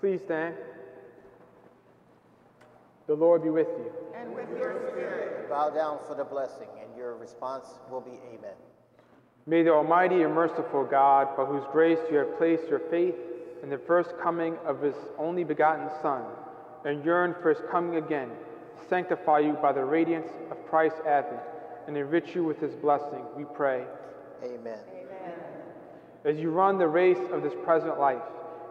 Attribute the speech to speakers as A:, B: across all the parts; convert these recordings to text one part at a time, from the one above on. A: Please stand. The Lord be with you.
B: Bow down for the blessing, and your response will be Amen.
A: May the Almighty and merciful God, by whose grace you have placed your faith in the first coming of His only begotten Son, and yearn for His coming again, sanctify you by the radiance of Christ's advent, and enrich you with His blessing, we pray.
B: Amen.
A: As you run the race of this present life,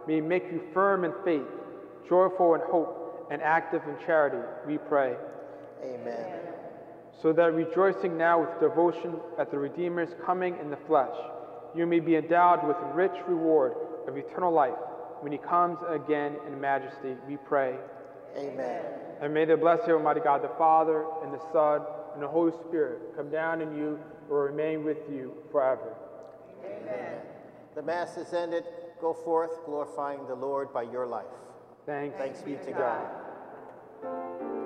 A: may it make you firm in faith, joyful in hope, and active in charity, we pray.
B: Amen.
A: so that rejoicing now with devotion at the Redeemer's coming in the flesh, you may be endowed with rich reward of eternal life when he comes again in majesty, we pray.
B: Amen.
A: And may the blessing of Almighty God the Father, and the Son, and the Holy Spirit come down on you or remain with you forever.
B: The Mass is ended. Go forth glorifying the Lord by your life.
A: Thanks.
B: Thanks be to God.
C: Amen.